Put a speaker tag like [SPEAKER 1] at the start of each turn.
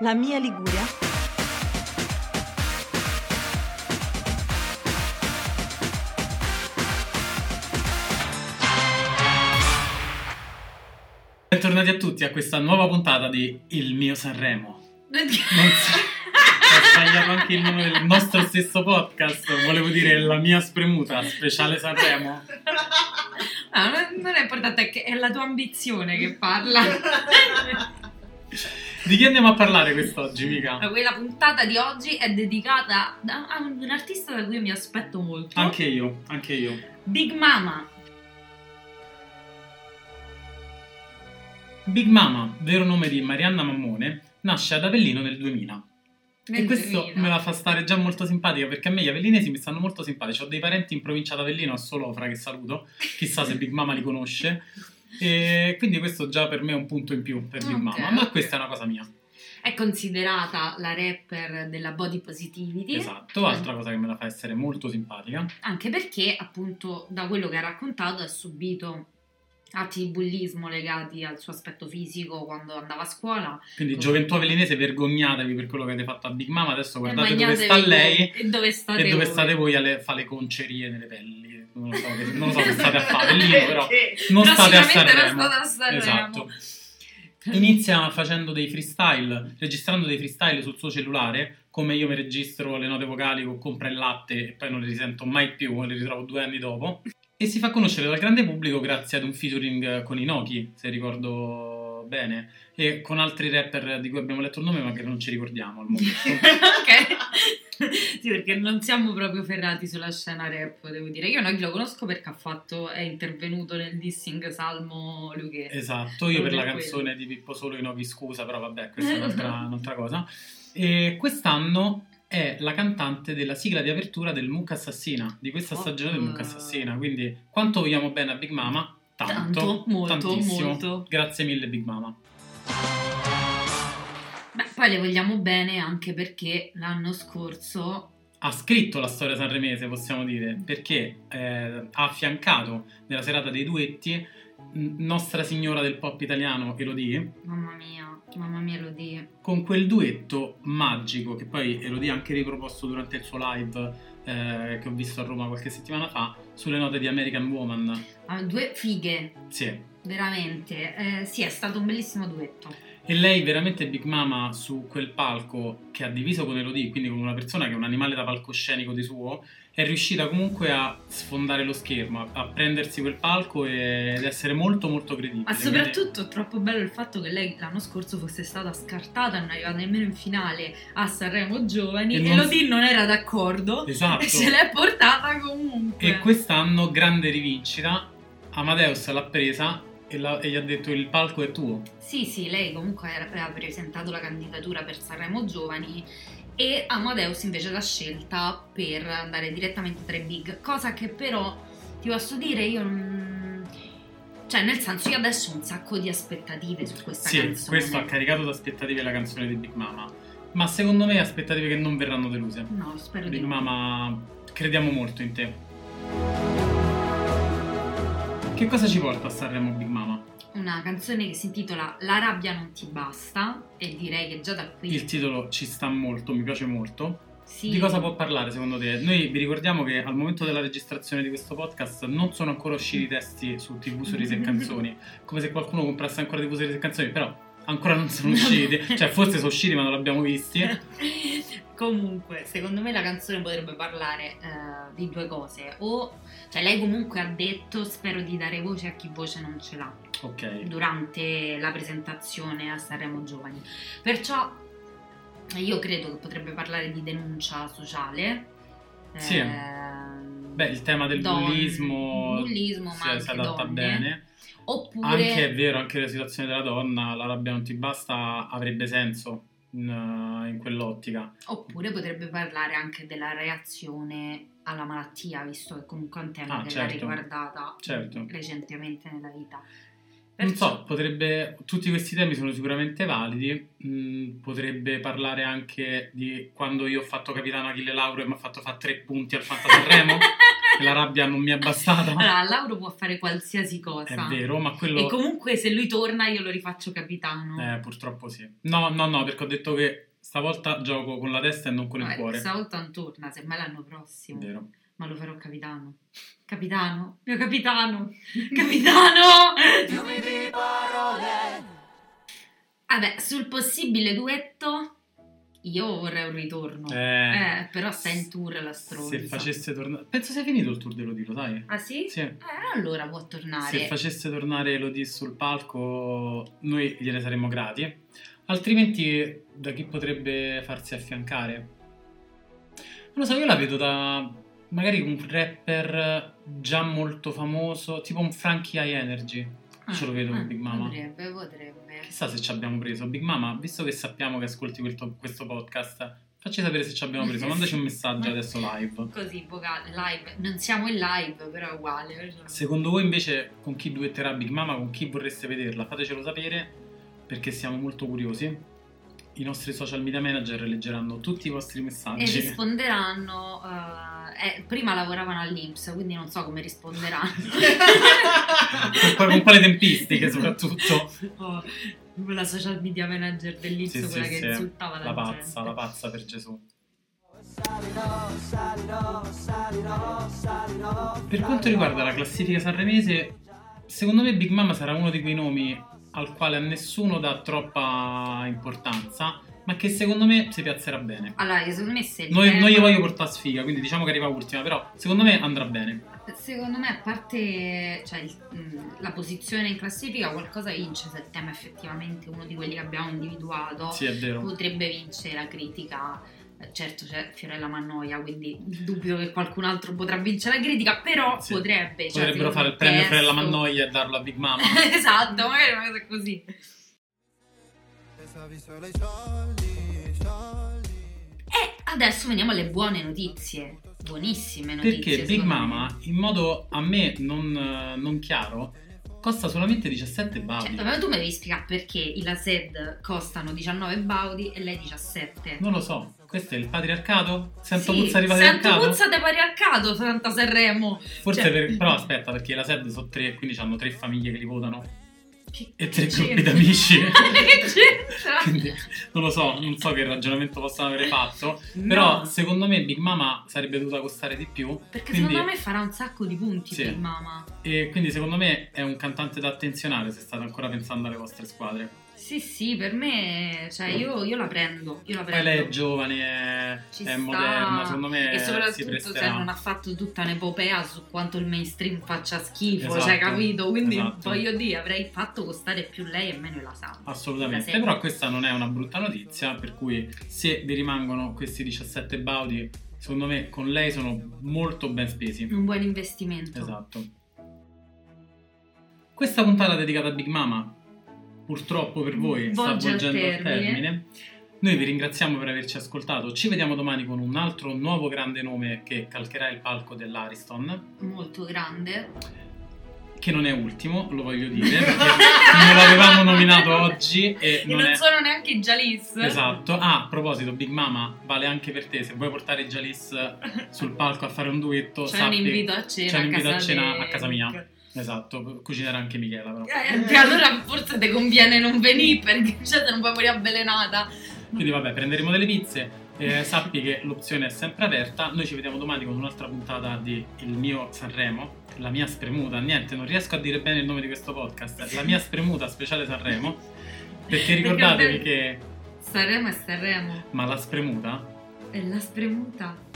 [SPEAKER 1] La mia Liguria.
[SPEAKER 2] Bentornati a tutti a questa nuova puntata di Il mio Sanremo. Non so, ho sbagliato
[SPEAKER 3] sbagliato
[SPEAKER 2] anche il nome del nostro stesso podcast. Volevo dire La mia spremuta, speciale Sanremo.
[SPEAKER 3] Ah, non- non è importante, è, che è la tua ambizione che parla.
[SPEAKER 2] Di chi andiamo a parlare quest'oggi, mica?
[SPEAKER 3] Quella puntata di oggi è dedicata da- a un artista da cui mi aspetto molto.
[SPEAKER 2] Anche io, anche io.
[SPEAKER 3] Big Mama.
[SPEAKER 2] Big Mama, vero nome di Marianna Mammone, nasce ad Avellino nel 2000.
[SPEAKER 3] nel
[SPEAKER 2] e questo
[SPEAKER 3] 2000.
[SPEAKER 2] me la fa stare già molto simpatica perché a me gli avellinesi mi stanno molto simpatici. Ho dei parenti in provincia d'Avellino a Solofra che saluto, chissà se Big Mama li conosce. E quindi questo già per me è un punto in più per Big
[SPEAKER 3] Ok,
[SPEAKER 2] Mama, ma
[SPEAKER 3] ok.
[SPEAKER 2] questa è una cosa mia.
[SPEAKER 3] È considerata la rapper della body positivity.
[SPEAKER 2] Esatto, altra cosa che me la fa essere molto simpatica.
[SPEAKER 3] Anche perché, appunto, da quello che ha raccontato, ha subito atti di bullismo legati al suo aspetto fisico quando andava a scuola.
[SPEAKER 2] Quindi
[SPEAKER 3] Ok.
[SPEAKER 2] gioventù avellinese, vergognatevi per quello che avete fatto a Big Mama, adesso guardate
[SPEAKER 3] E
[SPEAKER 2] dove sta
[SPEAKER 3] magnatevi
[SPEAKER 2] lei
[SPEAKER 3] voi. e dove state
[SPEAKER 2] e dove
[SPEAKER 3] voi.
[SPEAKER 2] state voi a fare le concerie nelle pelli. Non lo so che, non lo so che state a fare lì, però non
[SPEAKER 3] No,
[SPEAKER 2] state a
[SPEAKER 3] sicuramente non
[SPEAKER 2] Sanremo.
[SPEAKER 3] state a Sanremo.
[SPEAKER 2] Esatto. Inizia facendo dei freestyle, registrando dei freestyle sul suo cellulare, come io mi registro le note vocali con compra il latte e poi non le risento mai più, le ritrovo due anni dopo. E si fa conoscere dal grande pubblico grazie ad un featuring con Inoki, se ricordo bene, e con altri rapper di cui abbiamo letto il nome ma che non ci ricordiamo al momento.
[SPEAKER 3] ok. Sì, perché non siamo proprio ferrati sulla scena rap, devo dire. Io non lo conosco perché ha fatto, è intervenuto nel dissing Salmo Luque.
[SPEAKER 2] Esatto, io per la
[SPEAKER 3] Quello.
[SPEAKER 2] canzone di Pippo Solo Inoki scusa, però vabbè, questa è un'altra, un'altra cosa. E quest'anno è la cantante della sigla di apertura del Mucca Assassina, di questa stagione del Mucca Assassina, quindi quanto vogliamo bene a Big Mama? Tanto,
[SPEAKER 3] Tanto, molto,
[SPEAKER 2] tantissimo.
[SPEAKER 3] molto.
[SPEAKER 2] Grazie mille Big Mama.
[SPEAKER 3] Beh, poi le vogliamo bene anche perché l'anno scorso
[SPEAKER 2] Ha scritto la storia sanremese, possiamo dire, perché eh, ha affiancato nella serata dei duetti mh, Nostra Signora del Pop Italiano, Elodie,
[SPEAKER 3] Mamma mia, mamma mia Elodie.
[SPEAKER 2] con quel duetto magico che poi Elodie ha anche riproposto durante il suo live eh, che ho visto a Roma qualche settimana fa sulle note di American Woman.
[SPEAKER 3] Ah, due fighe,
[SPEAKER 2] Sì.
[SPEAKER 3] veramente. Eh, sì, è stato un bellissimo duetto.
[SPEAKER 2] E lei veramente Big Mama su quel palco che ha diviso con Elodie, quindi con una persona che è un animale da palcoscenico di suo, è riuscita comunque a sfondare lo schermo, a, a prendersi quel palco e, ed essere molto molto credibile.
[SPEAKER 3] Ma soprattutto è troppo bello il fatto che lei l'anno scorso fosse stata scartata, non è arrivata nemmeno in finale a Sanremo Giovani
[SPEAKER 2] E
[SPEAKER 3] e,
[SPEAKER 2] non-
[SPEAKER 3] Elodie non era d'accordo
[SPEAKER 2] Quindi- Esatto.
[SPEAKER 3] e se l'è portata comunque.
[SPEAKER 2] E quest'anno, grande rivincita, Amadeus l'ha presa e, l'ha- e gli ha detto il palco è tuo.
[SPEAKER 3] Sì, sì, lei comunque era- aveva presentato la candidatura per Sanremo Giovani e Amadeus invece l'ha scelta per andare direttamente tra i big, cosa che però ti posso dire io non... Cioè, nel senso, io adesso ho un sacco di aspettative su questa
[SPEAKER 2] Sì,
[SPEAKER 3] canzone.
[SPEAKER 2] questo ha caricato d'aspettative la canzone di Big Mama, ma secondo me aspettative che non verranno deluse.
[SPEAKER 3] No, spero di
[SPEAKER 2] Big
[SPEAKER 3] no.
[SPEAKER 2] Mama, crediamo molto in te. Che cosa ci porta a Sanremo Big Mama?
[SPEAKER 3] Una canzone che si intitola La rabbia non ti basta e direi che già da qui...
[SPEAKER 2] Il titolo ci sta molto, mi piace molto.
[SPEAKER 3] Sì.
[SPEAKER 2] Di cosa può parlare secondo te? Noi vi ricordiamo che al momento della registrazione di questo podcast non sono ancora usciti i testi su TV Sorrisi e Canzoni, come se qualcuno comprasse ancora TV Sorrisi e Canzoni, però ancora non sono usciti, cioè forse sono usciti ma non l'abbiamo visti.
[SPEAKER 3] comunque, secondo me la canzone potrebbe parlare eh, di due cose. O, cioè, lei comunque ha detto: Spero di dare voce a chi voce non ce l'ha
[SPEAKER 2] Ok.
[SPEAKER 3] durante la presentazione a Sanremo Giovani. Perciò io credo che potrebbe parlare di denuncia sociale.
[SPEAKER 2] Sì.
[SPEAKER 3] ehm,
[SPEAKER 2] Beh, il tema del
[SPEAKER 3] don-
[SPEAKER 2] bullismo,
[SPEAKER 3] bullismo, ma
[SPEAKER 2] si,
[SPEAKER 3] anche
[SPEAKER 2] si adatta
[SPEAKER 3] donne.
[SPEAKER 2] bene.
[SPEAKER 3] Oppure
[SPEAKER 2] Anche è vero, anche la situazione della donna, la rabbia non ti basta, avrebbe senso in, eh, in quell'ottica.
[SPEAKER 3] Oppure potrebbe parlare anche della reazione alla malattia, visto che comunque è un tema
[SPEAKER 2] Ah,
[SPEAKER 3] che l'ha
[SPEAKER 2] certo.
[SPEAKER 3] riguardata
[SPEAKER 2] Certo.
[SPEAKER 3] recentemente nella vita.
[SPEAKER 2] Non
[SPEAKER 3] Perciò-
[SPEAKER 2] so, potrebbe, tutti questi temi sono sicuramente validi, mm, potrebbe parlare anche di quando io ho fatto capitano Achille Lauro e mi ha fatto fare tre punti al Fantasanremo, e la rabbia non mi è bastata,
[SPEAKER 3] Allora, Lauro può fare qualsiasi
[SPEAKER 2] è
[SPEAKER 3] cosa.
[SPEAKER 2] vero, ma
[SPEAKER 3] E
[SPEAKER 2] quello...
[SPEAKER 3] comunque se lui torna io lo rifaccio capitano.
[SPEAKER 2] Eh, purtroppo sì. No, no, no, perché ho detto che stavolta gioco con la testa e non con il
[SPEAKER 3] Vabbè,
[SPEAKER 2] cuore.
[SPEAKER 3] Stavolta non torna, semmai l'anno prossimo.
[SPEAKER 2] Vero.
[SPEAKER 3] Ma lo farò capitano. Capitano, mio capitano, capitano!
[SPEAKER 1] Fiumi di parole.
[SPEAKER 3] Vabbè, sul possibile duetto io vorrei un ritorno.
[SPEAKER 2] Eh,
[SPEAKER 3] Eh, però sta in tour la stronza.
[SPEAKER 2] se facesse tornare... Penso sia finito il tour dell'Odilo, sai?
[SPEAKER 3] Ah sì?
[SPEAKER 2] Sì.
[SPEAKER 3] Eh, allora può
[SPEAKER 2] Se
[SPEAKER 3] tornare.
[SPEAKER 2] facesse tornare Elodie sul palco, noi gliene saremmo grati. Altrimenti, da chi potrebbe farsi affiancare? Non lo so, io la vedo da magari un rapper già molto famoso, tipo un Frankie High Energy.
[SPEAKER 3] Ah,
[SPEAKER 2] ce lo vedo con
[SPEAKER 3] ah,
[SPEAKER 2] Big Mama.
[SPEAKER 3] Potrebbe, potrebbe.
[SPEAKER 2] Chissà se ci abbiamo preso. Big Mama, visto che sappiamo che ascolti quel to- questo podcast, facci sapere se ci abbiamo preso. Mandaci un messaggio adesso live.
[SPEAKER 3] Così, vocale, live. Non siamo in live, però è uguale. perciò-
[SPEAKER 2] Secondo voi invece con chi duetterà Big Mama, con chi vorreste vederla? Fatecelo sapere perché siamo molto curiosi. I nostri social media manager leggeranno tutti i vostri
[SPEAKER 3] E
[SPEAKER 2] messaggi.
[SPEAKER 3] risponderanno. eh, eh, prima lavoravano all'Inps, quindi non so come risponderanno.
[SPEAKER 2] Con quale- con quale tempistiche soprattutto?
[SPEAKER 3] Oh, la social media manager dell'Inps,
[SPEAKER 2] Sì, sì,
[SPEAKER 3] quella che
[SPEAKER 2] sì.
[SPEAKER 3] insultava la,
[SPEAKER 2] La pazza,
[SPEAKER 3] gente.
[SPEAKER 2] la pazza per Gesù.
[SPEAKER 1] Salirò, salirò, salirò, salirò.
[SPEAKER 2] Per quanto riguarda la classifica sanremese, secondo me Big Mama sarà uno di quei nomi al quale a nessuno dà troppa importanza, ma che secondo me si piazzerà bene.
[SPEAKER 3] Allora, io secondo me se il
[SPEAKER 2] Noi-
[SPEAKER 3] tema-
[SPEAKER 2] non gli voglio portare sfiga, quindi diciamo che arriva ultima, però secondo me andrà bene.
[SPEAKER 3] Secondo me, a parte cioè, il- mh, la posizione in classifica, qualcosa vince se il tema è effettivamente uno di quelli che abbiamo individuato.
[SPEAKER 2] Sì, è vero.
[SPEAKER 3] Potrebbe vincere la critica. Eh, Certo c'è Fiorella Mannoia, quindi dubito che qualcun altro potrà vincere la critica, però
[SPEAKER 2] Sì.
[SPEAKER 3] potrebbe. cioè,
[SPEAKER 2] Potrebbero fare il
[SPEAKER 3] secondo
[SPEAKER 2] premio
[SPEAKER 3] me,
[SPEAKER 2] Frella
[SPEAKER 3] testo-
[SPEAKER 2] Mannoia e darlo a Big Mama.
[SPEAKER 3] esatto, magari è una cosa così.
[SPEAKER 1] Pensavi solo ai soldi, soldi.
[SPEAKER 3] E adesso veniamo alle buone notizie. Buonissime notizie.
[SPEAKER 2] Perché Big
[SPEAKER 3] secondo me.
[SPEAKER 2] Mama, in modo a me non, eh, non chiaro, costa solamente 17
[SPEAKER 3] Cioè,
[SPEAKER 2] baudi.
[SPEAKER 3] vabbè, tu mi devi spiegare perché i Lased costano 19 baudi e lei 17.
[SPEAKER 2] Non lo so, questo è il patriarcato? Sento
[SPEAKER 3] Sì,
[SPEAKER 2] puzza di
[SPEAKER 3] Sento
[SPEAKER 2] patriarcato?
[SPEAKER 3] puzza di patriarcato, Santa Sanremo.
[SPEAKER 2] Forse
[SPEAKER 3] Cioè-
[SPEAKER 2] per- però aspetta, perché la SED sono tre, quindi hanno tre famiglie che li votano.
[SPEAKER 3] Che-
[SPEAKER 2] E tre
[SPEAKER 3] che
[SPEAKER 2] gruppi
[SPEAKER 3] c'entra?
[SPEAKER 2] d'amici.
[SPEAKER 3] che c'entra?
[SPEAKER 2] Quindi non lo so, non so che ragionamento possano aver fatto. Però
[SPEAKER 3] No,
[SPEAKER 2] secondo me Big Mama sarebbe dovuta costare di più.
[SPEAKER 3] perché
[SPEAKER 2] quindi-
[SPEAKER 3] secondo me farà un sacco di punti
[SPEAKER 2] Sì.
[SPEAKER 3] Big Mama.
[SPEAKER 2] E quindi secondo me è un cantante da attenzionare se state ancora pensando alle vostre squadre.
[SPEAKER 3] Sì, sì, per me, cioè,
[SPEAKER 2] Mm.
[SPEAKER 3] io, io la prendo. Io la
[SPEAKER 2] Poi
[SPEAKER 3] prendo.
[SPEAKER 2] lei è giovane, è,
[SPEAKER 3] Ci
[SPEAKER 2] è
[SPEAKER 3] sta.
[SPEAKER 2] moderna, secondo me
[SPEAKER 3] e
[SPEAKER 2] eh, si
[SPEAKER 3] soprattutto se
[SPEAKER 2] presterà.
[SPEAKER 3] non ha fatto tutta un'epopea su quanto il mainstream faccia schifo,
[SPEAKER 2] Esatto,
[SPEAKER 3] cioè capito? Quindi
[SPEAKER 2] esatto.
[SPEAKER 3] voglio dire, avrei fatto costare più lei e meno la Santa.
[SPEAKER 2] Assolutamente,
[SPEAKER 3] La sera.
[SPEAKER 2] però questa non è una brutta notizia, per cui se vi rimangono questi 17 baudi, secondo me con lei sono molto ben spesi.
[SPEAKER 3] Un buon investimento.
[SPEAKER 2] Esatto. Questa puntata dedicata a Big Mama, purtroppo per voi, sta
[SPEAKER 3] Volge al
[SPEAKER 2] volgendo al termine.
[SPEAKER 3] termine.
[SPEAKER 2] Noi vi ringraziamo per averci ascoltato. Ci vediamo domani con un altro nuovo grande nome che calcherà il palco dell'Ariston.
[SPEAKER 3] Molto grande.
[SPEAKER 2] Che non è ultimo, lo voglio dire, perché non l'avevamo nominato oggi e
[SPEAKER 3] E
[SPEAKER 2] non,
[SPEAKER 3] non,
[SPEAKER 2] è.
[SPEAKER 3] sono neanche i Jalis.
[SPEAKER 2] Esatto. Ah, a proposito, Big Mama vale anche per te. Se vuoi portare Jalis sul palco a fare un duetto,
[SPEAKER 3] C'è un
[SPEAKER 2] sappi.
[SPEAKER 3] invito a cena,
[SPEAKER 2] c'è un invito
[SPEAKER 3] a,
[SPEAKER 2] a
[SPEAKER 3] casa
[SPEAKER 2] cena
[SPEAKER 3] de-
[SPEAKER 2] a casa mia. Esatto, cucinerà anche Michela, però.
[SPEAKER 3] Eh, che allora forse ti conviene non venire perché cioè, te non puoi morire avvelenata.
[SPEAKER 2] Quindi vabbè, prenderemo delle pizze. Eh, sappi che l'opzione è sempre aperta. Noi ci vediamo domani con un'altra puntata di Il mio Sanremo. La mia spremuta, niente, non riesco a dire bene il nome di questo podcast. La mia spremuta speciale Sanremo. Perché ricordatevi
[SPEAKER 3] Perché-
[SPEAKER 2] che.
[SPEAKER 3] Sanremo è Sanremo.
[SPEAKER 2] Ma la spremuta
[SPEAKER 3] È la spremuta.